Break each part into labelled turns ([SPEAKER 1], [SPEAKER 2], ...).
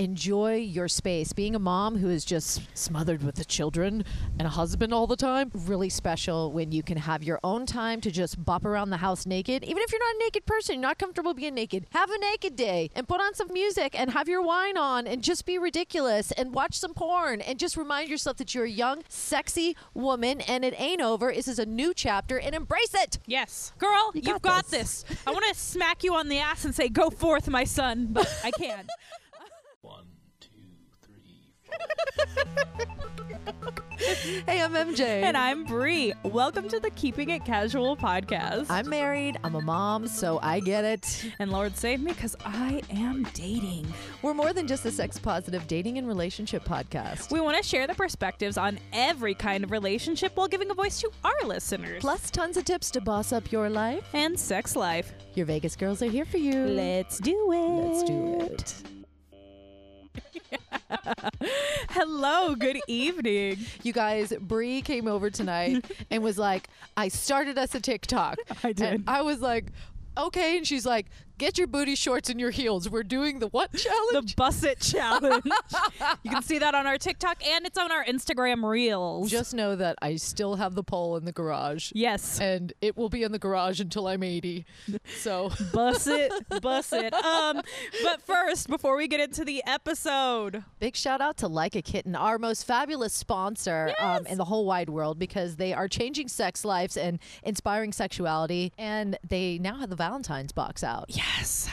[SPEAKER 1] enjoy your space. Being a mom who is just smothered with the children and a husband all the time, really special when you can have your own time to just bop around the house naked. Even if you're not a naked person, you're not comfortable being naked, have a naked day and put on some music and have your wine on and just be ridiculous and watch some porn and just remind yourself that you're a young, sexy woman and it ain't over. This is a new chapter and embrace it.
[SPEAKER 2] Yes. Girl, you
[SPEAKER 1] got
[SPEAKER 2] have got
[SPEAKER 1] this.
[SPEAKER 2] this. I want to smack you on the ass and say, go forth, my son, but I can't.
[SPEAKER 1] Hey, I'm MJ.
[SPEAKER 2] and I'm Bree. Welcome to the Keeping It Casual podcast.
[SPEAKER 1] I'm married, I'm a mom, so I get it.
[SPEAKER 2] and Lord save me because I am dating.
[SPEAKER 1] We're more than just a sex positive dating and relationship podcast.
[SPEAKER 2] We want to share the perspectives on every kind of relationship while giving a voice to our listeners.
[SPEAKER 1] Plus, tons of tips to boss up your life.
[SPEAKER 2] and sex life.
[SPEAKER 1] Your Vegas girls are here for you.
[SPEAKER 2] Let's do it.
[SPEAKER 1] Mm. Let's do it.
[SPEAKER 2] Hello, good evening.
[SPEAKER 1] You guys, Bree came over tonight and was like, I started us a TikTok.
[SPEAKER 2] I did.
[SPEAKER 1] And I was like, okay. And she's like, get your booty shorts and your heels. We're doing the what challenge?
[SPEAKER 2] The Busset Challenge. you can see that on our TikTok and it's on our Instagram Reels.
[SPEAKER 1] Just know that I still have the pole in the garage.
[SPEAKER 2] yes.
[SPEAKER 1] And it will be in the garage until I'm 80. So,
[SPEAKER 2] Bus it, bus it. Um, but first, before we get into the episode,
[SPEAKER 1] big shout out to Like a Kitten, our most fabulous sponsor um, in the whole wide world because they are changing sex lives and inspiring sexuality. And they now have the Valentine's box out.
[SPEAKER 2] yes,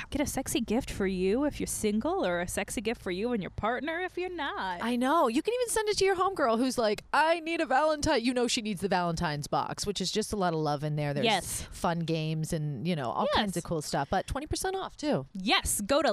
[SPEAKER 2] get a sexy gift for you if you're single, or a sexy gift for you and your partner if you're not.
[SPEAKER 1] I know. You can even send it to your homegirl who's like, I need a Valentine. You know, she needs the Valentine's box, which is just a lot of love in there. There's
[SPEAKER 2] Yes.
[SPEAKER 1] fun games and, you know, all kinds of
[SPEAKER 2] Yes.
[SPEAKER 1] cool stuff. But 20% off, too.
[SPEAKER 2] yes, go to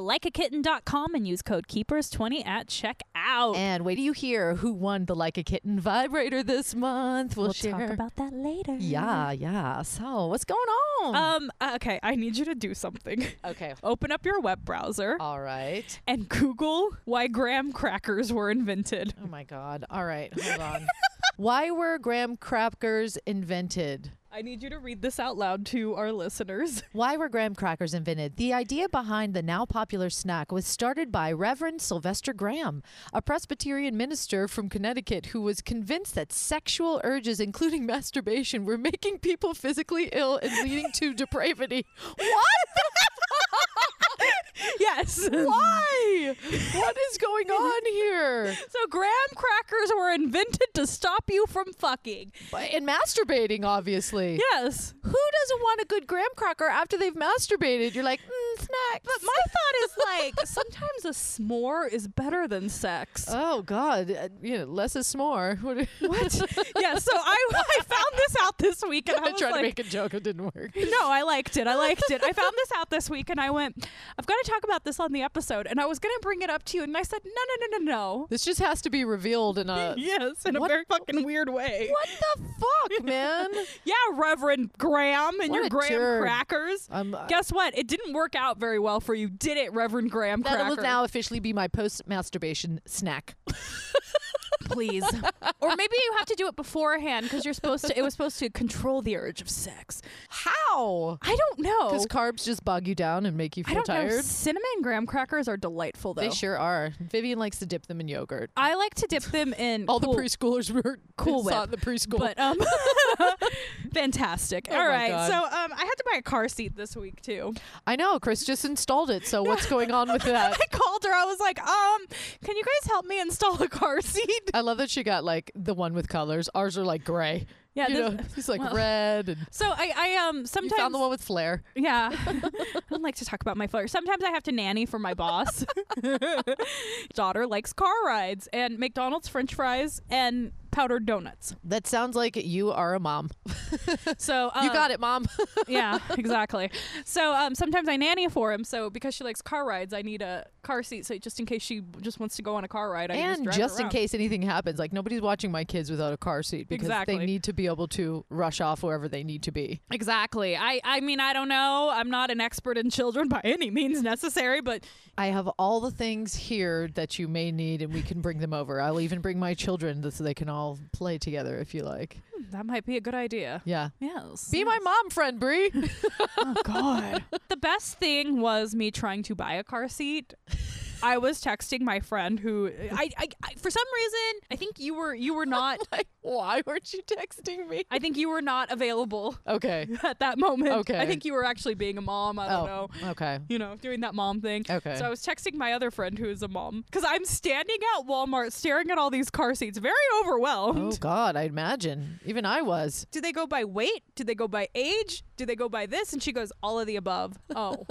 [SPEAKER 2] likeakitten.com and use code keepers20 at checkout.
[SPEAKER 1] And wait till you hear who won the Like a Kitten vibrator this month. We'll,
[SPEAKER 2] we'll
[SPEAKER 1] share.
[SPEAKER 2] talk about that later.
[SPEAKER 1] yeah, yeah. So, what's going on?
[SPEAKER 2] Um, okay, I need you to do something.
[SPEAKER 1] okay.
[SPEAKER 2] Open up your web browser
[SPEAKER 1] All right.
[SPEAKER 2] and Google why graham crackers were invented.
[SPEAKER 1] Oh, my God. All right. Hold on. Why were graham crackers invented?
[SPEAKER 2] I need you to read this out loud to our listeners.
[SPEAKER 1] Why were graham crackers invented? The idea behind the now popular snack was started by Reverend Sylvester Graham, a Presbyterian minister from Connecticut who was convinced that sexual urges, including masturbation, were making people physically ill and leading to depravity. What?
[SPEAKER 2] yes.
[SPEAKER 1] Why? What is going on here?
[SPEAKER 2] So graham crackers were invented to stop you from fucking.
[SPEAKER 1] And masturbating, obviously.
[SPEAKER 2] Yes.
[SPEAKER 1] Who doesn't want a good graham cracker after they've masturbated? You're like, mm, snacks.
[SPEAKER 2] But my thought is like sometimes a s'more is better than sex.
[SPEAKER 1] Oh God, uh, you know, less is more. What?
[SPEAKER 2] yeah, so I, I found this out this week and I
[SPEAKER 1] I
[SPEAKER 2] was
[SPEAKER 1] tried
[SPEAKER 2] like,
[SPEAKER 1] to make a joke, it didn't work.
[SPEAKER 2] No, I liked it. I liked it. I found this out this week and I went, I've got to talk about this on the episode. And I was going to bring it up to you. And I said, no, no, no, no, no.
[SPEAKER 1] This just has to be revealed in a.
[SPEAKER 2] Yes, in
[SPEAKER 1] What-
[SPEAKER 2] a very fucking weird way.
[SPEAKER 1] What the fuck, man?
[SPEAKER 2] Yeah, Reverend Graham and
[SPEAKER 1] What a
[SPEAKER 2] your Graham
[SPEAKER 1] jerk.
[SPEAKER 2] crackers.
[SPEAKER 1] Um, uh,
[SPEAKER 2] Guess what? It didn't work out very well for you, did it, Reverend Graham
[SPEAKER 1] that will
[SPEAKER 2] Cracker?
[SPEAKER 1] now officially be my post masturbation snack.
[SPEAKER 2] please. or maybe you have to do it beforehand because you're supposed to. It was supposed to control the urge of sex.
[SPEAKER 1] How?
[SPEAKER 2] I don't know.
[SPEAKER 1] Because carbs just bog you down and make you
[SPEAKER 2] I
[SPEAKER 1] feel
[SPEAKER 2] don't know.
[SPEAKER 1] tired.
[SPEAKER 2] Cinnamon Graham crackers are delightful, though.
[SPEAKER 1] They sure are. Vivian likes to dip them in yogurt.
[SPEAKER 2] I like to dip them in
[SPEAKER 1] All
[SPEAKER 2] cool-
[SPEAKER 1] the preschoolers were
[SPEAKER 2] Cool
[SPEAKER 1] saw it
[SPEAKER 2] Whip,
[SPEAKER 1] in the preschool.
[SPEAKER 2] but um fantastic
[SPEAKER 1] Oh
[SPEAKER 2] all
[SPEAKER 1] my
[SPEAKER 2] right
[SPEAKER 1] God.
[SPEAKER 2] so um i had to buy a car seat this week too
[SPEAKER 1] I know Chris just installed it. So what's going on with that?
[SPEAKER 2] i called her i was like um can you guys help me install a car seat
[SPEAKER 1] I love that she got like the one with colors. Ours are like gray.
[SPEAKER 2] Yeah,
[SPEAKER 1] you
[SPEAKER 2] this-
[SPEAKER 1] know, it's like
[SPEAKER 2] well,
[SPEAKER 1] red and
[SPEAKER 2] so i i um
[SPEAKER 1] you
[SPEAKER 2] sometimes
[SPEAKER 1] found the one with flair.
[SPEAKER 2] yeah i don't like to talk about my flirt sometimes i have to nanny for my boss daughter likes car rides and mcdonald's french fries and powdered donuts
[SPEAKER 1] That sounds like you are a mom.
[SPEAKER 2] so um,
[SPEAKER 1] You got it, mom.
[SPEAKER 2] yeah, exactly. So um, sometimes I nanny for him. So because she likes car rides, I need a car seat. So just in case she just wants to go on a car ride, I can
[SPEAKER 1] and
[SPEAKER 2] drive her
[SPEAKER 1] just in
[SPEAKER 2] around.
[SPEAKER 1] case anything happens, like nobody's watching my kids without a car seat because they
[SPEAKER 2] Exactly.
[SPEAKER 1] need to be able to rush off wherever they need to be.
[SPEAKER 2] Exactly. I I mean I don't know. I'm not an expert in children by any means necessary, but
[SPEAKER 1] I have all the things here that you may need, and we can bring them over. I'll even bring my children th- so they can all play together if you like.
[SPEAKER 2] that might be a good idea.
[SPEAKER 1] Yeah.
[SPEAKER 2] Yes.
[SPEAKER 1] Be my mom friend, Bree.
[SPEAKER 2] God. the best thing was me trying to buy a car seat. I was texting my friend who I, I, I for some reason I think you were you were not
[SPEAKER 1] like, why weren't you texting me?
[SPEAKER 2] I think you were not available
[SPEAKER 1] Okay.
[SPEAKER 2] at that moment. I
[SPEAKER 1] Okay.
[SPEAKER 2] think you were actually being a mom. I don't know.
[SPEAKER 1] Oh, okay.
[SPEAKER 2] You know, doing that mom thing.
[SPEAKER 1] Okay.
[SPEAKER 2] So I was texting my other friend who is a mom because I'm standing at Walmart staring at all these car seats, very
[SPEAKER 1] Oh
[SPEAKER 2] overwhelmed.
[SPEAKER 1] God, I imagine even I was.
[SPEAKER 2] Do they go by weight? Do they go by age? Do they go by this? And she goes, all of the above. Oh,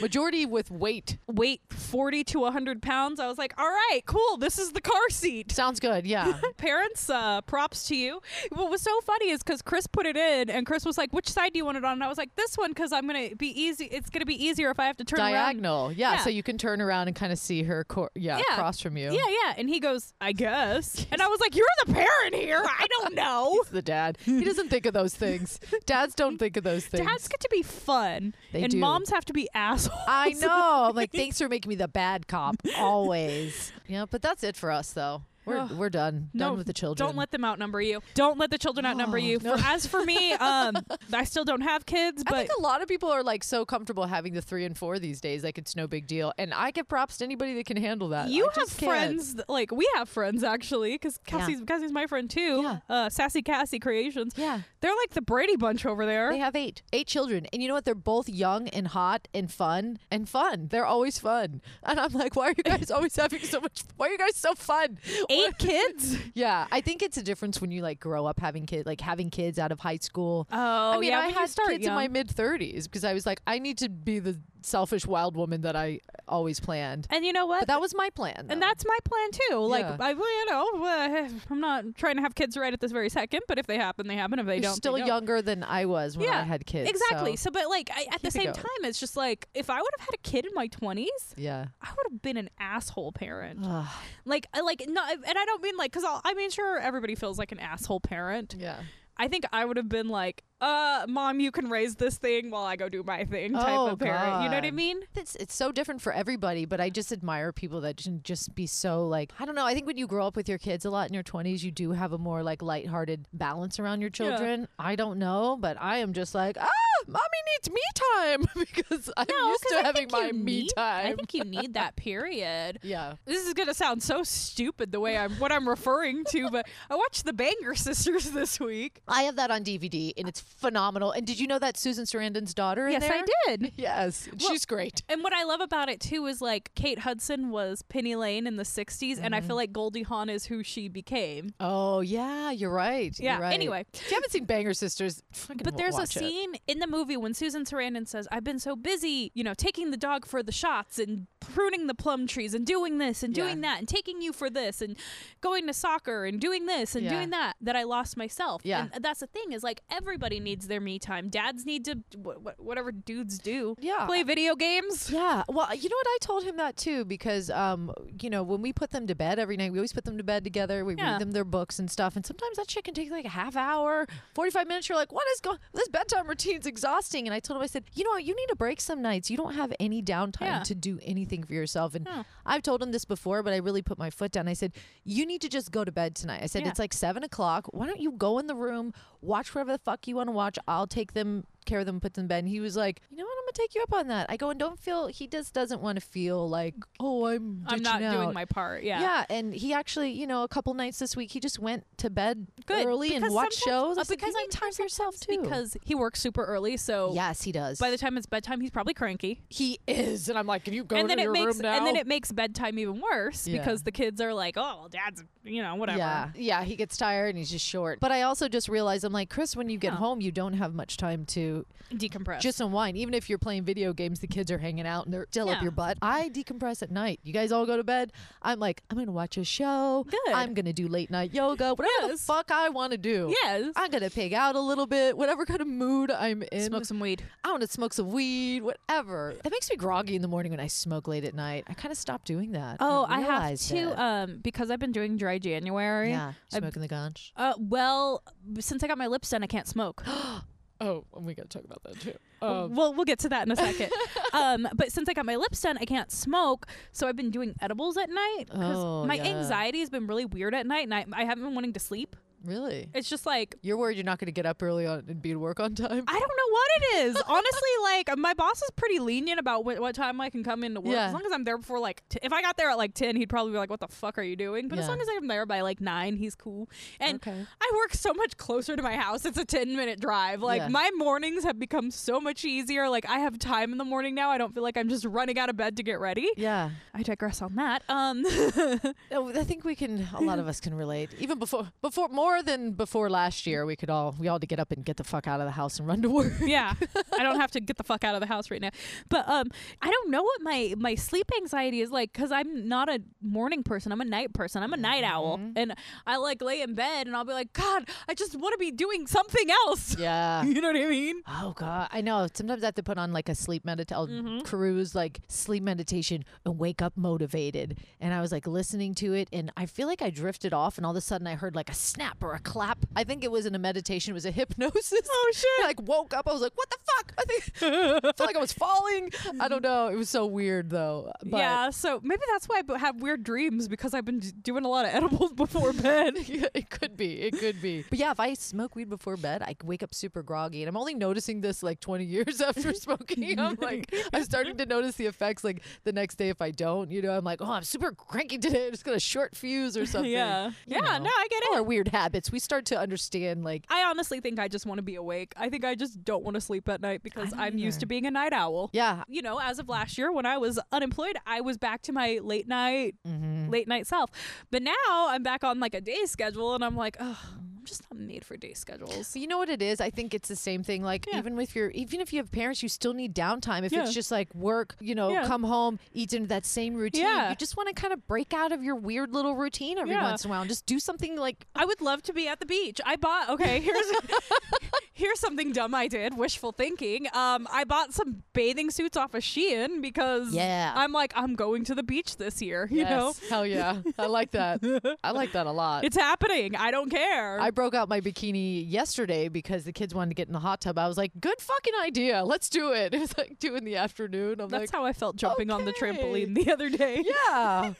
[SPEAKER 1] Majority with weight
[SPEAKER 2] weight 40 to 100 pounds. I was like, all right, cool. This is the car seat.
[SPEAKER 1] sounds good. Yeah.
[SPEAKER 2] parents uh, props to you what was so funny is because chris put it in and chris was like which side do you want it on and i was like this one because i'm gonna be easy it's gonna be easier if i have to turn around
[SPEAKER 1] Diagonal. Yeah,
[SPEAKER 2] Yeah.
[SPEAKER 1] So you can turn around and kind of see her. Cor- yeah,
[SPEAKER 2] Yeah.
[SPEAKER 1] Across from you.
[SPEAKER 2] yeah yeah and he goes i guess and i was like you're the parent here i don't know
[SPEAKER 1] He's the dad. He doesn't think of those things. Dads don't think of those things.
[SPEAKER 2] dads get to be fun
[SPEAKER 1] They
[SPEAKER 2] and
[SPEAKER 1] do.
[SPEAKER 2] moms have to be assholes
[SPEAKER 1] I know. I'm like, thanks for making me the bad cop always. Yeah, but that's it for us though. We're
[SPEAKER 2] Ugh.
[SPEAKER 1] we're done.
[SPEAKER 2] No,
[SPEAKER 1] done with the children.
[SPEAKER 2] Don't let them outnumber you. Don't let the children outnumber
[SPEAKER 1] Oh,
[SPEAKER 2] you. For, as for me, um, I still don't have kids,
[SPEAKER 1] I
[SPEAKER 2] but
[SPEAKER 1] think a lot of people are like so comfortable having the three and four these days. Like it's no big deal. And I give props to anybody that can handle that.
[SPEAKER 2] You
[SPEAKER 1] I
[SPEAKER 2] have
[SPEAKER 1] just can't.
[SPEAKER 2] friends th- like we have friends actually because
[SPEAKER 1] Yeah.
[SPEAKER 2] Cassie's Cassie's my friend too.
[SPEAKER 1] Yeah.
[SPEAKER 2] Uh, Sassy Cassie Creations.
[SPEAKER 1] Yeah.
[SPEAKER 2] They're like the Brady Bunch over there.
[SPEAKER 1] They have eight. Eight children. And you know what? They're both young and hot and fun and fun. They're always fun. And I'm like, why are you guys always having so much why are you guys so fun?
[SPEAKER 2] Eight kids.
[SPEAKER 1] Yeah. I think it's a difference when you like grow up having kids like having kids out of high school.
[SPEAKER 2] Oh
[SPEAKER 1] I mean,
[SPEAKER 2] yeah,
[SPEAKER 1] I
[SPEAKER 2] when you
[SPEAKER 1] had
[SPEAKER 2] start
[SPEAKER 1] kids in my
[SPEAKER 2] young.
[SPEAKER 1] mid 30s because I was like, I need to be the selfish wild woman that I always planned.
[SPEAKER 2] and you know what?
[SPEAKER 1] But that was my plan.
[SPEAKER 2] and
[SPEAKER 1] though.
[SPEAKER 2] that's my plan too. Like
[SPEAKER 1] Yeah.
[SPEAKER 2] I, well, you know, uh, I'm not trying to have kids right at this very second, but if they happen, they happen. If they
[SPEAKER 1] You're
[SPEAKER 2] don't,
[SPEAKER 1] still
[SPEAKER 2] they don't.
[SPEAKER 1] younger than I was when I
[SPEAKER 2] Yeah,
[SPEAKER 1] had kids.
[SPEAKER 2] Exactly.
[SPEAKER 1] so-
[SPEAKER 2] So, but like I, at
[SPEAKER 1] Keep
[SPEAKER 2] the
[SPEAKER 1] it
[SPEAKER 2] same
[SPEAKER 1] going.
[SPEAKER 2] time, it's just like if I would have had a kid in my 20s,
[SPEAKER 1] yeah.
[SPEAKER 2] I would have been an asshole parent.
[SPEAKER 1] Ugh,
[SPEAKER 2] like I- like no and i don't mean like because i mean sure everybody feels like an asshole parent
[SPEAKER 1] yeah.
[SPEAKER 2] i think i would have been like uh mom you can raise this thing while i go do my thing type
[SPEAKER 1] Oh,
[SPEAKER 2] of parent you know what i
[SPEAKER 1] God.
[SPEAKER 2] mean
[SPEAKER 1] It's, it's so different for everybody, but I just admire people that can just be so like, I don't know. I think when you grow up with your kids a lot in your 20s, you do have a more like lighthearted balance around your children. I don't know, but I am just like, ah, mommy needs me time because I'm used to having my me time.
[SPEAKER 2] i think you need that period
[SPEAKER 1] yeah.
[SPEAKER 2] this is gonna sound so stupid the way i'm what i'm referring to but i watched the banger sisters this week
[SPEAKER 1] I have that on DVD and it's phenomenal. And did you know that Susan Sarandon's daughter in
[SPEAKER 2] yes
[SPEAKER 1] there?
[SPEAKER 2] i did
[SPEAKER 1] Yes,
[SPEAKER 2] Well-
[SPEAKER 1] she's great.
[SPEAKER 2] and what I love about it too is like Kate Hudson was Penny Lane in the 60s, and I
[SPEAKER 1] Mm-hmm.
[SPEAKER 2] feel like Goldie Hawn is who she became.
[SPEAKER 1] Oh yeah, you're right.
[SPEAKER 2] Yeah,
[SPEAKER 1] You're right.
[SPEAKER 2] anyway.
[SPEAKER 1] if you haven't seen Banger Sisters, fucking
[SPEAKER 2] But there's a
[SPEAKER 1] watch it.
[SPEAKER 2] scene in the movie when Susan Sarandon says, "I've been so busy, you know, taking the dog for the shots and pruning the plum trees and doing this and
[SPEAKER 1] Yeah.
[SPEAKER 2] doing that and taking you for this and going to soccer and doing this and
[SPEAKER 1] Yeah.
[SPEAKER 2] doing that that I lost myself."
[SPEAKER 1] Yeah.
[SPEAKER 2] and that's the thing is like everybody needs their me time. Dads need to wh- wh- whatever dudes do.
[SPEAKER 1] Yeah.
[SPEAKER 2] play video games.
[SPEAKER 1] Yeah. Well, you know what? I told him that too because, um, you know, when we put them to bed every night, we always put them to bed together. We
[SPEAKER 2] Yeah.
[SPEAKER 1] read them their books and stuff. And sometimes that shit can take like a half hour, 45 minutes. You're like, what is going This bedtime routine's exhausting. And I told him, I said, you know, you need a break some nights. You don't have any downtime
[SPEAKER 2] Yeah.
[SPEAKER 1] to do anything for yourself. And
[SPEAKER 2] Yeah.
[SPEAKER 1] I've told him this before, but I really put my foot down. I said, you need to just go to bed tonight. I said,
[SPEAKER 2] Yeah.
[SPEAKER 1] it's like seven o'clock. Why don't you go in the room, watch whatever the fuck you want to watch? I'll take them care of them, put them to bed. And he was like, you know what? I'm gonna take you up on that. I go and don't feel. He just doesn't want to feel like, oh, I'm.
[SPEAKER 2] I'm
[SPEAKER 1] ditching
[SPEAKER 2] not doing
[SPEAKER 1] out."
[SPEAKER 2] my part.
[SPEAKER 1] Yeah.
[SPEAKER 2] Yeah.
[SPEAKER 1] and he actually, you know, a couple nights this week, he just went to bed
[SPEAKER 2] Good.
[SPEAKER 1] early and
[SPEAKER 2] Because
[SPEAKER 1] watched
[SPEAKER 2] sometimes-
[SPEAKER 1] shows.
[SPEAKER 2] uh,
[SPEAKER 1] I said,
[SPEAKER 2] because
[SPEAKER 1] "You
[SPEAKER 2] I'm
[SPEAKER 1] need
[SPEAKER 2] here
[SPEAKER 1] time for yourself too.
[SPEAKER 2] Because he works super early, so
[SPEAKER 1] yes, he does.
[SPEAKER 2] by the time it's bedtime, he's probably cranky.
[SPEAKER 1] he is, and I'm like, can you go
[SPEAKER 2] and
[SPEAKER 1] to
[SPEAKER 2] then it
[SPEAKER 1] your
[SPEAKER 2] makes
[SPEAKER 1] room now?
[SPEAKER 2] and then it makes bedtime even worse
[SPEAKER 1] Yeah.
[SPEAKER 2] because the kids are like, oh, well, dad's you know whatever.
[SPEAKER 1] Yeah, yeah, he gets tired and he's just short. But I also just realized I'm like, Chris, when you get
[SPEAKER 2] Yeah.
[SPEAKER 1] home, you don't have much time to
[SPEAKER 2] Decompress.
[SPEAKER 1] just unwind. Even if you're playing video games, the kids are hanging out and they're still up
[SPEAKER 2] Yeah.
[SPEAKER 1] your butt. I decompress at night. You guys all go to bed. I'm like, I'm gonna watch a show.
[SPEAKER 2] Good.
[SPEAKER 1] I'm gonna do late night yoga. Whatever the
[SPEAKER 2] Yes.
[SPEAKER 1] fuck I want to do.
[SPEAKER 2] yes.
[SPEAKER 1] I'm gonna pig out a little bit. Whatever kind of mood I'm in.
[SPEAKER 2] Smoke some weed.
[SPEAKER 1] I want to smoke some weed. Whatever. That makes me groggy in the morning when I smoke late at night. I kind of stopped doing that.
[SPEAKER 2] Oh, I, have
[SPEAKER 1] realized
[SPEAKER 2] to
[SPEAKER 1] it.
[SPEAKER 2] um because I've been doing dry January.
[SPEAKER 1] yeah,
[SPEAKER 2] I-
[SPEAKER 1] smoking the ganj.
[SPEAKER 2] Uh, well, since I got my lips done, I can't smoke.
[SPEAKER 1] Oh, and we gotta talk about that too. Um,
[SPEAKER 2] well, we'll get to that in a second. um, but since I got my lips done, I can't smoke, so I've been doing edibles at night. 'cause
[SPEAKER 1] Oh,
[SPEAKER 2] my
[SPEAKER 1] yeah.
[SPEAKER 2] anxiety has been really weird at night, and I, I haven't been wanting to sleep.
[SPEAKER 1] Really?
[SPEAKER 2] It's just like
[SPEAKER 1] You're worried you're not going to get up early on and be to work on time?
[SPEAKER 2] I don't know what it is. Honestly, like my boss is pretty lenient about what, what time I can come into work.
[SPEAKER 1] Yeah.
[SPEAKER 2] As long as I'm there before like, t- if I got there at like ten, he'd probably be like, "What the fuck are you doing?" But as
[SPEAKER 1] Yeah.
[SPEAKER 2] long as I'm there by like nine, he's cool. And
[SPEAKER 1] Okay.
[SPEAKER 2] I work so much closer to my house. It's a ten minute drive. Like
[SPEAKER 1] Yeah.
[SPEAKER 2] my mornings have become so much easier. Like I have time in the morning now. I don't feel like I'm just running out of bed to get ready.
[SPEAKER 1] yeah.
[SPEAKER 2] I digress on that. Um,
[SPEAKER 1] Oh, I think we can. A lot of us can relate. Even before, before more than before last year, we could all we all had to get up and get the fuck out of the house and run to work.
[SPEAKER 2] yeah i don't have to get the fuck out of the house right now but um i don't know what my my sleep anxiety is like because i'm not a morning person i'm a night person i'm a night owl
[SPEAKER 1] Mm-hmm.
[SPEAKER 2] and i like lay in bed and i'll be like god i just want to be doing something else
[SPEAKER 1] Yeah.
[SPEAKER 2] you know what i mean
[SPEAKER 1] Oh god, I know. Sometimes I have to put on like a sleep meditation. I'll
[SPEAKER 2] Mm-hmm.
[SPEAKER 1] cruise like sleep meditation and wake up motivated. And I was like listening to it, and I feel like I drifted off, and all of a sudden I heard like a snap or a clap. I think it was in a meditation. It was a hypnosis.
[SPEAKER 2] oh
[SPEAKER 1] I
[SPEAKER 2] shit
[SPEAKER 1] like woke up. I was like, "What the fuck?" I think I felt like I was falling. I don't know. It was so weird though. But
[SPEAKER 2] yeah so maybe that's why i b- have weird dreams because i've been d- doing a lot of edibles before bed
[SPEAKER 1] Yeah, it could be. It could be. But yeah, if I smoke weed before bed, I wake up super groggy. And I'm only noticing this like 20 years after smoking. I'm like, I'm starting to notice the effects like the next day if I don't. You know, I'm like, oh, I'm super cranky today. I'm just going to short fuse or something.
[SPEAKER 2] yeah
[SPEAKER 1] You
[SPEAKER 2] yeah
[SPEAKER 1] know.
[SPEAKER 2] no i get
[SPEAKER 1] All
[SPEAKER 2] it
[SPEAKER 1] our weird habits. We start to understand like,
[SPEAKER 2] I honestly think I just want to be awake. I think I just don't want to sleep at night because
[SPEAKER 1] don't
[SPEAKER 2] I'm used
[SPEAKER 1] either.
[SPEAKER 2] to being a night owl.
[SPEAKER 1] yeah.
[SPEAKER 2] you know, as of last year when I was unemployed, I was back to my late night,
[SPEAKER 1] Mm-hmm.
[SPEAKER 2] late night self. But now I'm back on like a day schedule, and I'm like, oh, I'm just not made for day schedules.
[SPEAKER 1] So you know what it is? I think it's the same thing. Like
[SPEAKER 2] Yeah.
[SPEAKER 1] even with your, even if you have parents, you still need downtime. If
[SPEAKER 2] Yeah.
[SPEAKER 1] it's just like work, you know,
[SPEAKER 2] Yeah.
[SPEAKER 1] come home, eat into that same routine.
[SPEAKER 2] Yeah.
[SPEAKER 1] You just want to kind of break out of your weird little routine every
[SPEAKER 2] Yeah.
[SPEAKER 1] once in a while and just do something like
[SPEAKER 2] I would love to be at the beach. I bought okay. Here's here's something dumb I did. Wishful thinking. Um, I bought some bathing suits off of Shein because
[SPEAKER 1] Yeah.
[SPEAKER 2] I'm like I'm going to the beach this year. You know,
[SPEAKER 1] Yes. Hell yeah. I like that. I like that a lot.
[SPEAKER 2] it's happening. I don't care.
[SPEAKER 1] I broke out my bikini yesterday because the kids wanted to get in the hot tub. I was like, good fucking idea. Let's do it. It was like two in the afternoon. I'm like,
[SPEAKER 2] That's how I felt jumping on the
[SPEAKER 1] okay.
[SPEAKER 2] trampoline the other day.
[SPEAKER 1] yeah.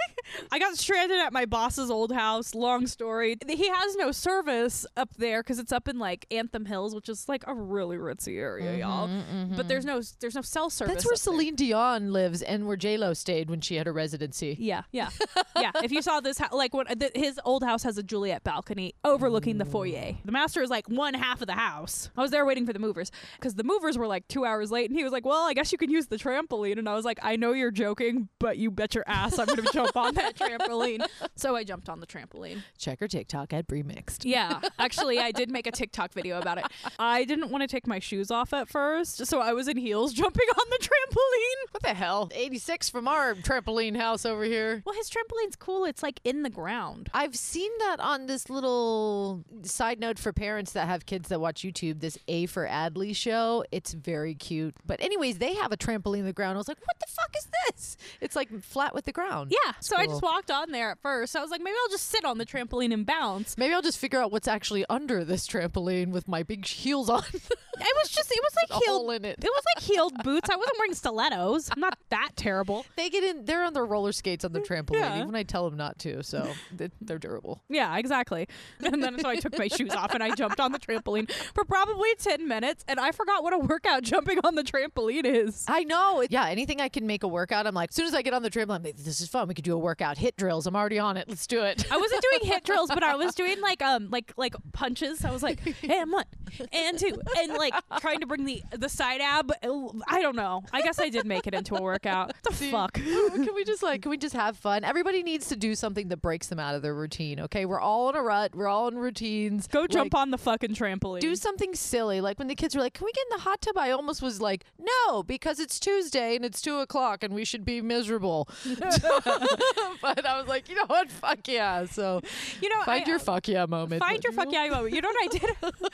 [SPEAKER 2] I got stranded at my boss's old house. Long story. He has no service up there because it's up in like Anthem Hills, which is like a really ritzy area, y'all. But there's no there's no cell service.
[SPEAKER 1] Mm-hmm, That's where
[SPEAKER 2] up there.
[SPEAKER 1] Celine Dion lives and where J-Lo stayed when she had her residency.
[SPEAKER 2] Yeah, yeah, yeah. If you saw this, hou- like when th- his old house has a Juliet balcony overlooking the foyer. The master is like one half of the house. I was there waiting for the movers because the movers were like two hours late, and he was like, "Well, I guess you can use the trampoline." And I was like, "I know you're joking, but you bet your ass I'm gonna jump on that trampoline." So I jumped on the trampoline.
[SPEAKER 1] Check her TikTok at Bremixed.
[SPEAKER 2] Yeah, actually, I did make a TikTok video about it. I didn't want to take my shoes off at first, so I was in heels jumping on the trampoline.
[SPEAKER 1] What the hell? 86 from our trampoline house over here.
[SPEAKER 2] Well, his trampoline's cool. It's like in the ground.
[SPEAKER 1] I've seen that on this little side note for parents that have kids that watch YouTube, this A for Adley show. It's very cute. But anyways, they have a trampoline in the ground. I was like, what the fuck is this? It's like flat with the ground.
[SPEAKER 2] Yeah, so I
[SPEAKER 1] cool.
[SPEAKER 2] just walked on there at first. I was like, maybe I'll just sit on the trampoline and bounce.
[SPEAKER 1] Maybe I'll just figure out what's actually under this trampoline with my big heels on.
[SPEAKER 2] It was just, it was
[SPEAKER 1] A
[SPEAKER 2] like heeled.
[SPEAKER 1] hole in it.
[SPEAKER 2] It was like heeled boots. I wasn't wearing stilettos. I'm not that terrible.
[SPEAKER 1] They get in. They're on their roller skates on the trampoline,
[SPEAKER 2] Yeah.
[SPEAKER 1] even when I tell them not to. So they- they're durable.
[SPEAKER 2] Yeah, exactly. And then so I took my shoes off and I jumped on the trampoline for probably 10 minutes. And I forgot what a workout jumping on the trampoline is.
[SPEAKER 1] I know. it- Yeah, anything I can make a workout. I'm like, as soon as I get on the trampoline, I'm like, this is fun. We could do a workout, hit drills. I'm already on it. Let's do it.
[SPEAKER 2] I wasn't doing hit drills, but I was doing like um like like punches. I was like and one and two and like trying to bring the the side ab. I don't know. I guess I did make it into a workout. The
[SPEAKER 1] Dude,
[SPEAKER 2] fuck.
[SPEAKER 1] oh, can we just like can we just have fun? Everybody needs to do something that breaks them out of their routine. Okay, we're all in a rut. We're all in routines.
[SPEAKER 2] Go
[SPEAKER 1] Like,
[SPEAKER 2] jump on the fucking trampoline.
[SPEAKER 1] Do something silly. Like when the kids were like, "Can we get in the hot tub?" I almost was like, "No," because it's Tuesday and it's two o'clock and we should be miserable. but I was like, you know what? Fuck yeah. So
[SPEAKER 2] you know,
[SPEAKER 1] find
[SPEAKER 2] I-
[SPEAKER 1] uh, your fuck yeah moment.
[SPEAKER 2] find your fuck yeah moment. You know what I did?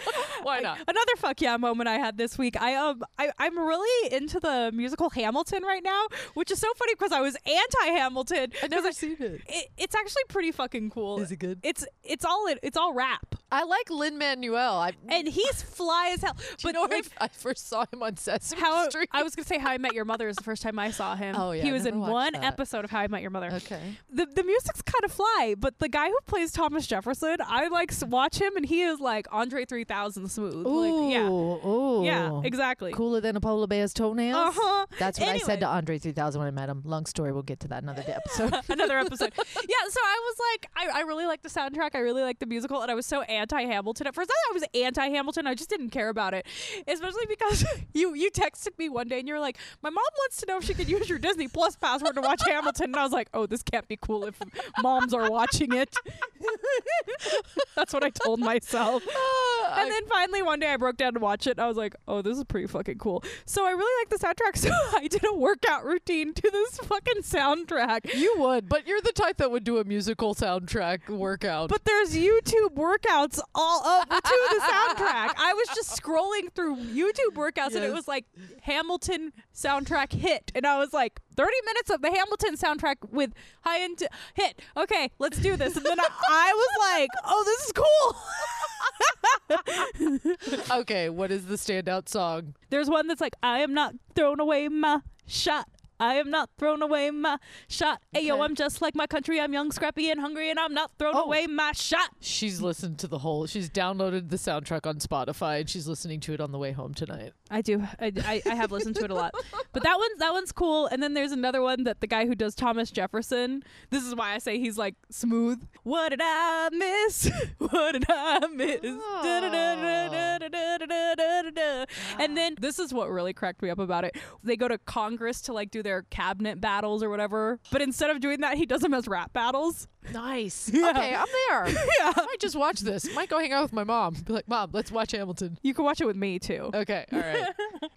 [SPEAKER 3] Why not?
[SPEAKER 2] Another fuck yeah moment I had this week. I um I, I'm really into the musical Hamilton right now, which is so funny because I was anti Hamilton.
[SPEAKER 1] I've never seen it.
[SPEAKER 2] It, it's actually pretty fucking cool.
[SPEAKER 1] Is it good?
[SPEAKER 2] It's it's all it's all rap,
[SPEAKER 1] I like Lin Manuel. I
[SPEAKER 2] and he's fly as hell.
[SPEAKER 1] but
[SPEAKER 2] but
[SPEAKER 1] you know
[SPEAKER 2] like,
[SPEAKER 1] if I first saw him on Sesame
[SPEAKER 2] how
[SPEAKER 1] Street.
[SPEAKER 2] I was gonna say How I Met Your Mother is the first time I saw him.
[SPEAKER 1] Oh, yeah,
[SPEAKER 2] he
[SPEAKER 1] I
[SPEAKER 2] was
[SPEAKER 1] never
[SPEAKER 2] in
[SPEAKER 1] watched
[SPEAKER 2] one
[SPEAKER 1] that.
[SPEAKER 2] episode of How I Met Your Mother.
[SPEAKER 1] okay.
[SPEAKER 2] The, the music's kind of fly, but the guy who plays Thomas Jefferson, I like s- watch him and he is like Andre 3000 smooth. Like, yeah.
[SPEAKER 1] ooh.
[SPEAKER 2] Yeah, exactly.
[SPEAKER 1] Cooler than Apollo Bea's toenails.
[SPEAKER 2] Uh-huh.
[SPEAKER 1] That's what I said
[SPEAKER 2] Anyway.
[SPEAKER 1] to Andre 3000 when I met him. Long story. We'll get to that another day episode.
[SPEAKER 2] Another episode. yeah, so I was like, I, I really like the soundtrack. I really like the musical. And I was so anti Hamilton. At first, I thought I was anti Hamilton. I just didn't care about it. Especially because you, you texted me one day and you were like, My mom wants to know if she could use your Disney Plus password to watch Hamilton. And I was like, Oh, this can't be cool if moms are watching it. That's what I told myself.
[SPEAKER 1] Uh,
[SPEAKER 2] and then finally one day I broke down to watch it. And I was like, oh, this is pretty fucking cool. So I really like the soundtrack. So I did a workout routine to this fucking soundtrack.
[SPEAKER 1] you would, but you're the type that would do a musical soundtrack workout.
[SPEAKER 2] But there's YouTube workouts all over to the soundtrack. I was just scrolling through YouTube workouts and it
[SPEAKER 1] Yes.
[SPEAKER 2] was like Hamilton soundtrack hit. And I was like, 30 minutes of the Hamilton soundtrack with high end hit. Okay, let's do this. And then I, I was like, oh, this is cool.
[SPEAKER 1] okay, what is the standout song?
[SPEAKER 2] There's one that's like, I am not throwing away my shot. I am not throwing away my shot. Ayo,
[SPEAKER 1] Okay.
[SPEAKER 2] I'm just like my country. I'm young, scrappy, and hungry, and I'm not throwing
[SPEAKER 1] Oh.
[SPEAKER 2] away my shot.
[SPEAKER 1] She's listened to the whole. She's downloaded the soundtrack on Spotify and she's listening to it on the way home tonight.
[SPEAKER 2] I do. I, I, I have listened to it a lot, but that one's that one's cool. And then there's another one that the guy who does Thomas Jefferson. This is why I say he's like smooth. What did I miss? What did I miss?
[SPEAKER 1] Oh.
[SPEAKER 2] Da-da-da-da-da-da-da-da-da-da. And then this is what really cracked me up about it. They go to Congress to like do their cabinet battles or whatever, but instead of doing that, he does them as rap battles.
[SPEAKER 1] Nice. Okay, I'm there.
[SPEAKER 2] Yeah.
[SPEAKER 1] I might just watch this. Might go hang out with my mom. Be like, Mom, let's watch Hamilton.
[SPEAKER 2] You can watch it with me too.
[SPEAKER 1] Okay, all right.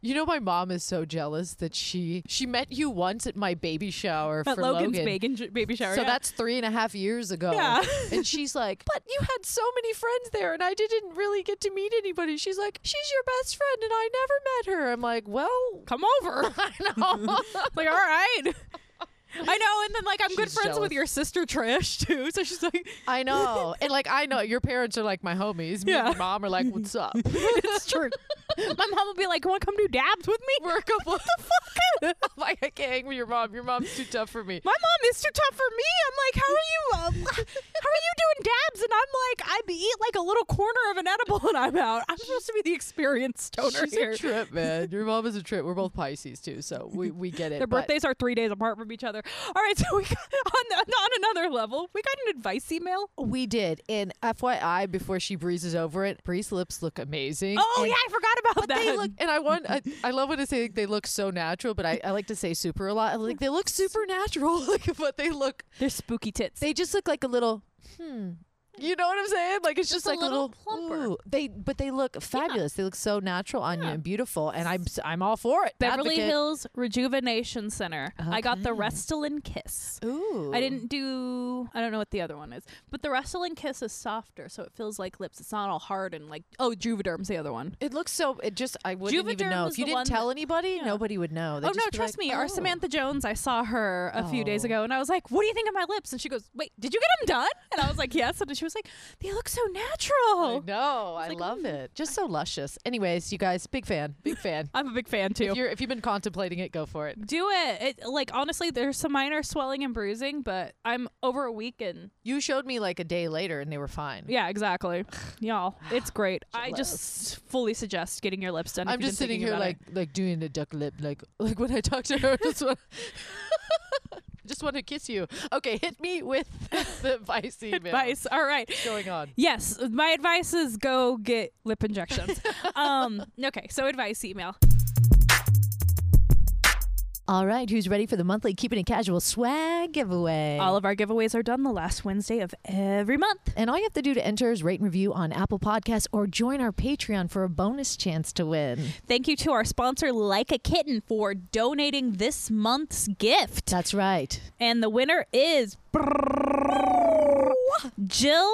[SPEAKER 1] you know my mom is so jealous that she she met you once at my baby shower
[SPEAKER 2] At
[SPEAKER 1] for
[SPEAKER 2] Logan's
[SPEAKER 1] Logan.
[SPEAKER 2] bacon j- baby shower.
[SPEAKER 1] So
[SPEAKER 2] yeah.
[SPEAKER 1] that's three and a half years ago.
[SPEAKER 2] Yeah.
[SPEAKER 1] And she's like, But you had so many friends there and I didn't really get to meet anybody. She's like, She's your best friend and I never met her. I'm like, Well,
[SPEAKER 2] come over.
[SPEAKER 1] I know.
[SPEAKER 2] like, all right. I know, and then like I'm good
[SPEAKER 1] She's
[SPEAKER 2] friends
[SPEAKER 1] jealous.
[SPEAKER 2] with your sister Trish too, so she's like,
[SPEAKER 1] I know. And like, I know your parents are like my homies. Me
[SPEAKER 2] Yeah.
[SPEAKER 1] and your mom are like, What's up?
[SPEAKER 2] it's true. My mom will be like, "Want to come do dabs with me?"
[SPEAKER 1] We're a couple. What the fuck? I'm like, I can't hang with your mom. Your mom's too tough for me.
[SPEAKER 2] My mom is too tough for me. I'm like, "How are you? Um, how are you doing dabs?" And I'm like, "I be eat like a little corner of an edible and I'm out. I'm supposed to be the experienced stoner
[SPEAKER 1] She's
[SPEAKER 2] here."
[SPEAKER 1] a trip, man. Your mom is a trip. We're both Pisces too, so we, we get it.
[SPEAKER 2] Their
[SPEAKER 1] but-
[SPEAKER 2] birthdays are three days apart from each other. All right, so we got, on the, on another level, we got an advice email.
[SPEAKER 1] We did. And FYI, before she breezes over it, Bree's lips look amazing.
[SPEAKER 2] Oh
[SPEAKER 1] And-
[SPEAKER 2] yeah, I forgot about
[SPEAKER 1] But
[SPEAKER 2] that.
[SPEAKER 1] they look, and I want, I, I love when I say they look so natural, but I, I like to say super a lot. I like they look supernatural, like, but they look,
[SPEAKER 2] They're spooky tits.
[SPEAKER 1] they just look like a little, hmm. You know what I'm saying? Like it's just,
[SPEAKER 3] a
[SPEAKER 1] like
[SPEAKER 3] little
[SPEAKER 1] a little
[SPEAKER 3] plumper.
[SPEAKER 1] ooh. They, but they look fabulous. They look so natural on you and beautiful, and I'm, s- I'm all for it.
[SPEAKER 2] Beverly
[SPEAKER 1] Advocate.
[SPEAKER 2] Hills Rejuvenation Center. I got the
[SPEAKER 1] Okay.
[SPEAKER 2] Restylane Kiss.
[SPEAKER 1] Ooh,
[SPEAKER 2] I didn't do. I don't know what the other one is, but the Restylane Kiss is softer, so it feels like lips. It's not all hard and like. Oh, Juvederm's the other one.
[SPEAKER 1] It looks so. It just. I wouldn't even
[SPEAKER 2] Juvederm
[SPEAKER 1] know
[SPEAKER 2] was
[SPEAKER 1] if you
[SPEAKER 2] the
[SPEAKER 1] didn't
[SPEAKER 2] one
[SPEAKER 1] tell
[SPEAKER 2] that-
[SPEAKER 1] anybody.
[SPEAKER 2] yeah.
[SPEAKER 1] Nobody would know. They'd
[SPEAKER 2] oh no,
[SPEAKER 1] just be
[SPEAKER 2] trust
[SPEAKER 1] like,
[SPEAKER 2] me. Our
[SPEAKER 1] "Oh."
[SPEAKER 2] Samantha Jones. I saw her a few days
[SPEAKER 1] Oh.
[SPEAKER 2] ago, and I was like, "What do you think of my lips?" And she goes, "Wait, did you get them done?" And I was like, "Yes." And she was like, "They look so
[SPEAKER 1] I
[SPEAKER 2] natural."
[SPEAKER 1] know. I
[SPEAKER 2] like,
[SPEAKER 1] love
[SPEAKER 2] "Mm,
[SPEAKER 1] it. Just so luscious. Anyways, you guys, big fan. Big fan.
[SPEAKER 2] I'm a big fan
[SPEAKER 1] if
[SPEAKER 2] too.
[SPEAKER 1] you're if you've been contemplating it, go for it.
[SPEAKER 2] Do it. it. Like honestly, there's some minor swelling and bruising, but I'm over a week and
[SPEAKER 1] You showed me like a day later, and they were fine.
[SPEAKER 2] Yeah, exactly. Y'all, it's great. I
[SPEAKER 1] Jealous.
[SPEAKER 2] just fully suggest getting your lips done. if
[SPEAKER 1] I'm
[SPEAKER 2] you've
[SPEAKER 1] just
[SPEAKER 2] been
[SPEAKER 1] sitting
[SPEAKER 2] thinking
[SPEAKER 1] here
[SPEAKER 2] about
[SPEAKER 1] like like doing the duck lip, like like when I talk to her. Just want, just want to kiss you. Okay, hit me with the advice email.
[SPEAKER 2] it. advice. All right.
[SPEAKER 1] What's going on?
[SPEAKER 2] Yes, my advice is go get lip injections. um, okay, so advice email.
[SPEAKER 1] All right, who's ready for the monthly keeping it casual swag giveaway?
[SPEAKER 2] All of our giveaways are done the last Wednesday of every month.
[SPEAKER 1] And all you have to do to enter is rate and review on Apple Podcasts or join our Patreon for a bonus chance to win.
[SPEAKER 2] Thank you to our sponsor, Like a Kitten, for donating this month's gift.
[SPEAKER 1] That's right.
[SPEAKER 2] And the winner is. Jill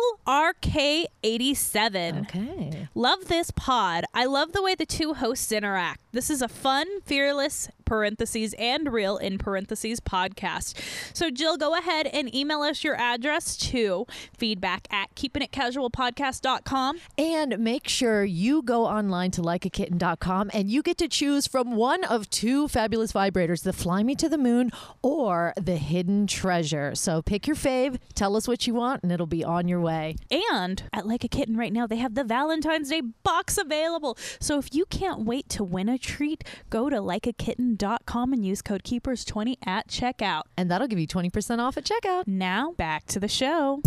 [SPEAKER 2] RK87.
[SPEAKER 1] Okay.
[SPEAKER 2] Love this pod. I love the way the two hosts interact. This is a fun, fearless, parentheses, and real, in parentheses, podcast. So, Jill, go ahead and email us your address to feedback at keepingitcasualpodcast.com.
[SPEAKER 1] And make sure you go online to likeakitten.com and you get to choose from one of two fabulous vibrators the Fly Me to the Moon or the Hidden Treasure. So pick your fave, tell us what you want, and it'll be on your way.
[SPEAKER 2] And at Like a Kitten right now, they have the Valentine's Day box available. So if you can't wait to win a treat, go to likeakitten.com and use code KEEPERS20 at checkout.
[SPEAKER 1] And that'll give you 20% off at checkout.
[SPEAKER 2] Now, back to the show.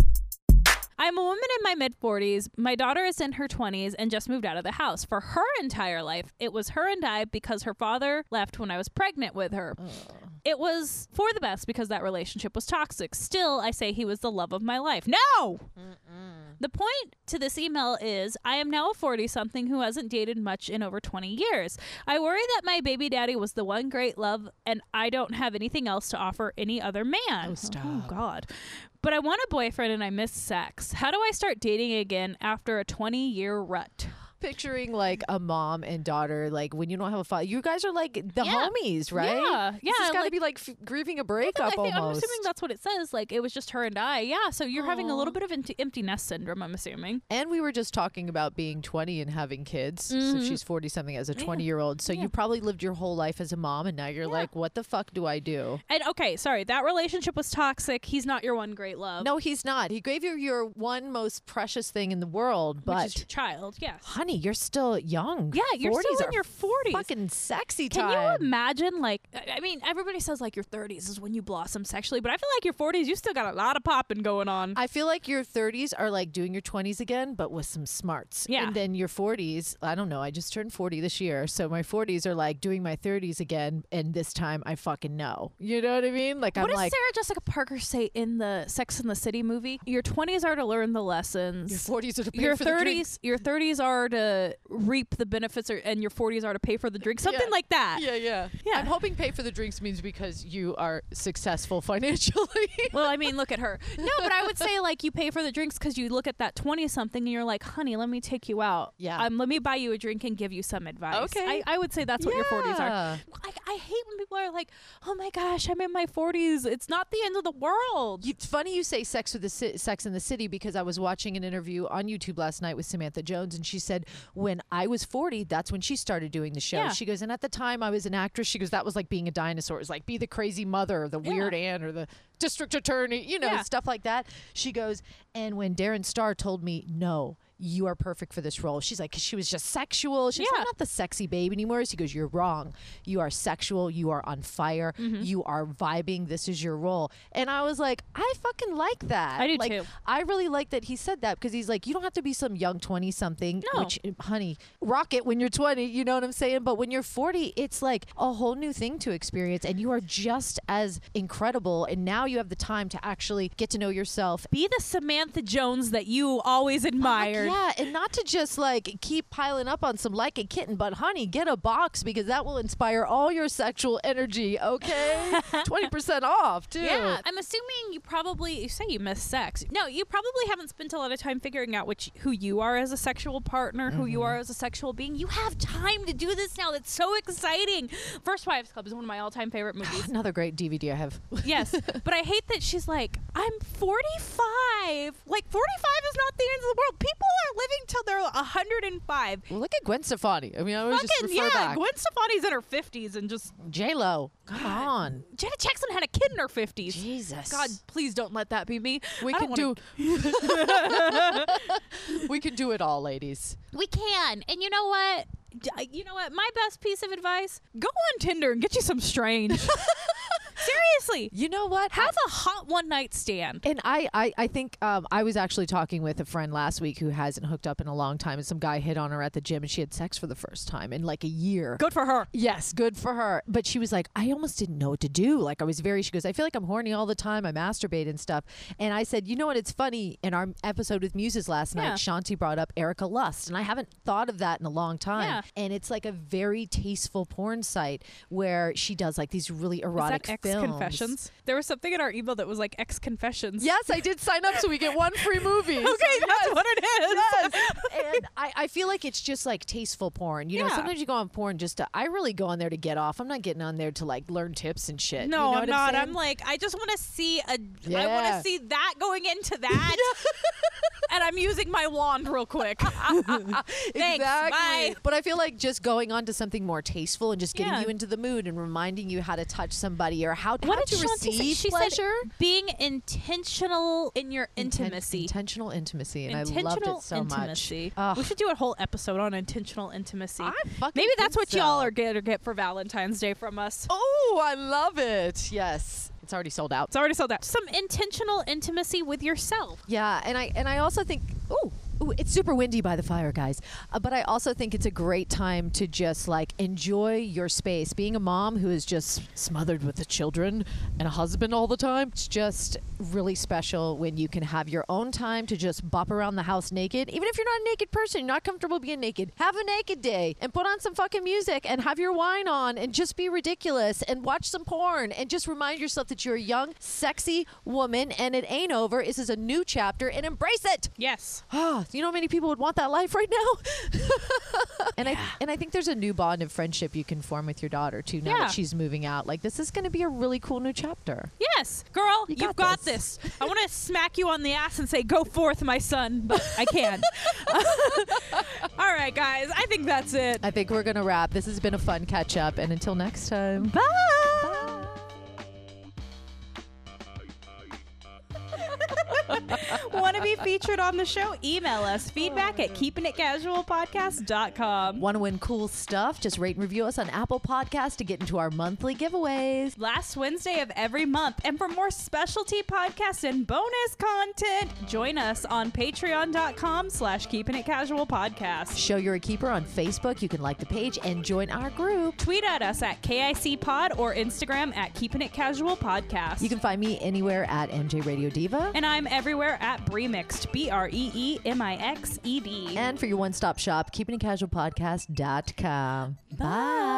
[SPEAKER 2] I'm a woman in my mid 40s. My daughter is in her 20s and just moved out of the house. For her entire life, it was her and I because her father left when I was pregnant with her. It was for the best because that relationship was toxic. Still, I say he was the love of my life. No! The point to this email is I am now a 40 something who hasn't dated much in over 20 years. I worry that my baby daddy was the one great love and I don't have anything else to offer any other man.
[SPEAKER 1] Oh, stop.
[SPEAKER 2] Oh, God. But I want a boyfriend and I miss sex. How do I start dating again after a 20 year rut?
[SPEAKER 1] Picturing like a mom and daughter, like when you don't have a father, you guys are like the
[SPEAKER 2] Yeah.
[SPEAKER 1] homies, right?
[SPEAKER 2] Yeah, yeah,
[SPEAKER 1] This has got to
[SPEAKER 2] like-
[SPEAKER 1] be like f- grieving a
[SPEAKER 2] I
[SPEAKER 1] breakup
[SPEAKER 2] think, I'm
[SPEAKER 1] almost.
[SPEAKER 2] assuming that's what it says. Like, it was just her and I. Yeah, so you're having a little
[SPEAKER 1] Aw.
[SPEAKER 2] bit of empty, empty nest syndrome, I'm assuming.
[SPEAKER 1] And we were just talking about being 20 and having kids. So
[SPEAKER 2] Mhm.
[SPEAKER 1] she's 40 something as a
[SPEAKER 2] Yeah.
[SPEAKER 1] 20 year old. So
[SPEAKER 2] Yeah.
[SPEAKER 1] you probably lived your whole life as a mom and now you're
[SPEAKER 2] Yeah.
[SPEAKER 1] like, what the fuck do I do?
[SPEAKER 2] And okay, sorry, that relationship was toxic. He's not your one great love.
[SPEAKER 1] No, he's not. He gave you your one most precious thing in the world,
[SPEAKER 2] which
[SPEAKER 1] but
[SPEAKER 2] is your child, yes.
[SPEAKER 1] honey, you're still young.
[SPEAKER 2] Yeah, you're
[SPEAKER 1] 40s
[SPEAKER 2] still in
[SPEAKER 1] are
[SPEAKER 2] your 40s.
[SPEAKER 1] Fucking sexy
[SPEAKER 2] Can
[SPEAKER 1] time.
[SPEAKER 2] you imagine, like, I I mean, everybody says, like, your 30s is when you blossom sexually, but I feel like your 40s, you still got a lot of popping going on.
[SPEAKER 1] I feel like your 30s are like doing your 20s again, but with some smarts.
[SPEAKER 2] Yeah.
[SPEAKER 1] And then your 40s, I don't know, I just turned 40 this year. So my 40s are like doing my 30s again. And this time I fucking know. You know what I mean? Like,
[SPEAKER 2] What
[SPEAKER 1] I'm
[SPEAKER 2] does
[SPEAKER 1] like,
[SPEAKER 2] Sarah Jessica Parker say in the Sex and the City movie? Your 20s are to learn the lessons.
[SPEAKER 1] your 40s are to pay
[SPEAKER 2] your
[SPEAKER 1] for the drink.
[SPEAKER 2] 30s your 30s are to reap the benefits or, and your 40s are to pay for the drink something
[SPEAKER 1] Yeah.
[SPEAKER 2] like that
[SPEAKER 1] Yeah, yeah.
[SPEAKER 2] Yeah.
[SPEAKER 1] I'm hoping pay for the drinks means because you are successful financially.
[SPEAKER 2] well i mean look at her no but i would say like you pay for the drinks because you look at that 20 something and you're like honey let me take you out
[SPEAKER 1] Yeah.
[SPEAKER 2] um, let me buy you a drink and give you some advice
[SPEAKER 1] Okay.
[SPEAKER 2] i, I would say that's what your 40s are
[SPEAKER 1] Yeah.
[SPEAKER 2] I, I hate when people are like oh my gosh i'm in my 40s it's not the end of the world
[SPEAKER 1] You- It's funny you say sex with the ci- Sex in the City because I was watching an interview on YouTube last night with Samantha Jones and she said when I was 40 that's when she started doing the show.
[SPEAKER 2] Yeah.
[SPEAKER 1] She goes and at the time I was an actress. She goes that was like being a dinosaur. It was like be the crazy mother or the weird aunt or the district attorney, you know,
[SPEAKER 2] Yeah.
[SPEAKER 1] stuff like that. She goes and when Darren Star told me no you are perfect for this role. She's like, 'cause she was just sexual. She's like,
[SPEAKER 2] Yeah.
[SPEAKER 1] I'm not the sexy babe anymore. She goes, You're wrong. You are sexual. You are on fire.
[SPEAKER 2] Mm-hmm.
[SPEAKER 1] You are vibing. This is your role. And I was like, I fucking like that.
[SPEAKER 2] I do
[SPEAKER 1] like,
[SPEAKER 2] too.
[SPEAKER 1] I really like that he said that because he's like, You don't have to be some young 20 something,
[SPEAKER 2] No.
[SPEAKER 1] which, honey, rock it when you're 20. You know what I'm saying? But when you're 40, it's like a whole new thing to experience. And you are just as incredible. And now you have the time to actually get to know yourself
[SPEAKER 2] be the samantha jones that you always admired
[SPEAKER 1] yeah, and not to just like keep piling up on some like a kitten, but honey, get a box because that will inspire all your sexual energy, okay? 20% off, too.
[SPEAKER 2] Yeah, I'm assuming you probably you say you miss sex. No, you probably haven't spent a lot of time figuring out which who you are as a sexual partner, who
[SPEAKER 1] Mm-hmm.
[SPEAKER 2] you are as a sexual being. You have time to do this now. That's so exciting. First Wives Club is one of my all-time favorite movies.
[SPEAKER 1] Another great DVD I have.
[SPEAKER 2] yes, but I hate that she's like, I'm 45. Like 45 is not the end of the world. People are living till they're 105.
[SPEAKER 1] Well, look at Gwen Stefani. I mean, I always just
[SPEAKER 2] Fucking
[SPEAKER 1] refer
[SPEAKER 2] yeah,
[SPEAKER 1] back.
[SPEAKER 2] Gwen Stefani's in her 50s and just
[SPEAKER 1] J Lo, come on,
[SPEAKER 2] Janet Jackson had a kid in her 50s.
[SPEAKER 1] Jesus.
[SPEAKER 2] God, please don't let that be me.
[SPEAKER 1] we
[SPEAKER 2] I don't
[SPEAKER 1] can
[SPEAKER 2] wanna
[SPEAKER 1] do. we can do it all, ladies.
[SPEAKER 2] We can. And you know what? D- uh, You know what? My best piece of advice go on Tinder and get you some strange. Seriously.
[SPEAKER 1] You know what?
[SPEAKER 2] Have a hot one night stand.
[SPEAKER 1] And I, I, I think um, I was actually talking with a friend last week who hasn't hooked up in a long time, and some guy hit on her at the gym, and she had sex for the first time in like a year.
[SPEAKER 2] Good for her.
[SPEAKER 1] Yes, good for her. But she was like, I almost didn't know what to do. Like, I was very, she goes, I feel like I'm horny all the time. I masturbate and stuff. And I said, You know what? It's funny. In our episode with Muses last night,
[SPEAKER 2] Yeah.
[SPEAKER 1] Shanti brought up Erica Lust. And I haven't thought of that in a long time. And it's like a very tasteful porn site where she does like these really erotic
[SPEAKER 2] X
[SPEAKER 1] films.
[SPEAKER 2] confessions. There was something in our email that was like ex confessions.
[SPEAKER 1] Yes, I did sign up so we get one free movie. okay,
[SPEAKER 2] Okay, that's what it is.
[SPEAKER 1] yes. And I, I feel like it's just like tasteful porn. You know,
[SPEAKER 2] Yeah.
[SPEAKER 1] sometimes you go on porn just to. I really go on there to get off. I'm not getting on there to like learn tips and shit.
[SPEAKER 2] No,
[SPEAKER 1] you know
[SPEAKER 2] I'm
[SPEAKER 1] what
[SPEAKER 2] not.
[SPEAKER 1] I'm,
[SPEAKER 2] I'm like, I just want to see a. I want
[SPEAKER 1] Yeah.
[SPEAKER 2] to see that going into that. and I'm using my wand real quick. Thanks. Bye.
[SPEAKER 1] But I feel like just going on to something more tasteful and just getting
[SPEAKER 2] Yeah.
[SPEAKER 1] you into the mood and reminding you how to touch somebody or how, how
[SPEAKER 2] What
[SPEAKER 1] to
[SPEAKER 2] did Shanti say?
[SPEAKER 1] receive
[SPEAKER 2] She
[SPEAKER 1] pleasure.
[SPEAKER 2] said being intentional in your
[SPEAKER 1] Inten-
[SPEAKER 2] intimacy.
[SPEAKER 1] intentional intimacy, and
[SPEAKER 2] intentional
[SPEAKER 1] I loved it so
[SPEAKER 2] intimacy.
[SPEAKER 1] much.
[SPEAKER 2] We
[SPEAKER 1] Ugh.
[SPEAKER 2] should do a whole episode on intentional intimacy.
[SPEAKER 1] I fucking
[SPEAKER 2] Maybe that's
[SPEAKER 1] think
[SPEAKER 2] what y'all
[SPEAKER 1] so.
[SPEAKER 2] are gonna get for Valentine's Day from us.
[SPEAKER 1] Oh, I love it. Yes, it's already sold out.
[SPEAKER 2] It's already sold out. Some intentional intimacy with yourself.
[SPEAKER 1] Yeah, and I and I also think ooh, ooh it's super windy by the fire, guys. Uh, but I also think it's a great time to just like enjoy your space. Being a mom who is just smothered with the children and a husband all the time, it's just really special when you can have your own time to just bop around the house naked. Even if you're not a naked person, you're not comfortable being naked. Have a naked day and put on some fucking music and have your wine on and just be ridiculous and watch some porn and just remind yourself that you're a young, sexy woman and it ain't over. This is a new chapter and embrace it.
[SPEAKER 2] Yes.
[SPEAKER 1] Ah, you know how many people would want that life right now? and I and I think there's a new bond of friendship you can form with your daughter too now
[SPEAKER 2] Yeah.
[SPEAKER 1] that she's moving out. Like this is going to be a really cool new chapter.
[SPEAKER 2] Yes, girl, you
[SPEAKER 1] You
[SPEAKER 2] have
[SPEAKER 1] got
[SPEAKER 2] got this.
[SPEAKER 1] this.
[SPEAKER 2] I want to smack you on the ass and say, "Go forth, my son," but I can't. All right, guys, I think that's it.
[SPEAKER 1] I think we're going to wrap. This has been a fun catch up and until next time.
[SPEAKER 2] Bye. Want to be featured on the show? Email us feedback at keepingitcasualpodcast.com.
[SPEAKER 1] Want to win cool stuff? Just rate and review us on Apple Podcasts to get into our monthly giveaways.
[SPEAKER 2] Last Wednesday of every month. And for more specialty podcasts and bonus content, join us on patreon.com slash keeping it casual podcast.
[SPEAKER 1] Show You're a Keeper on Facebook. You can like the page and join our group.
[SPEAKER 2] Tweet at us at KIC Pod or Instagram at Keeping It Casual Podcast.
[SPEAKER 1] You can find me anywhere at MJ Radio Diva.
[SPEAKER 2] and I'm everywhere at Bremixed, B R E E M I X E D.
[SPEAKER 1] And for your one stop shop, keepingitcasualpodcast.com. Bye.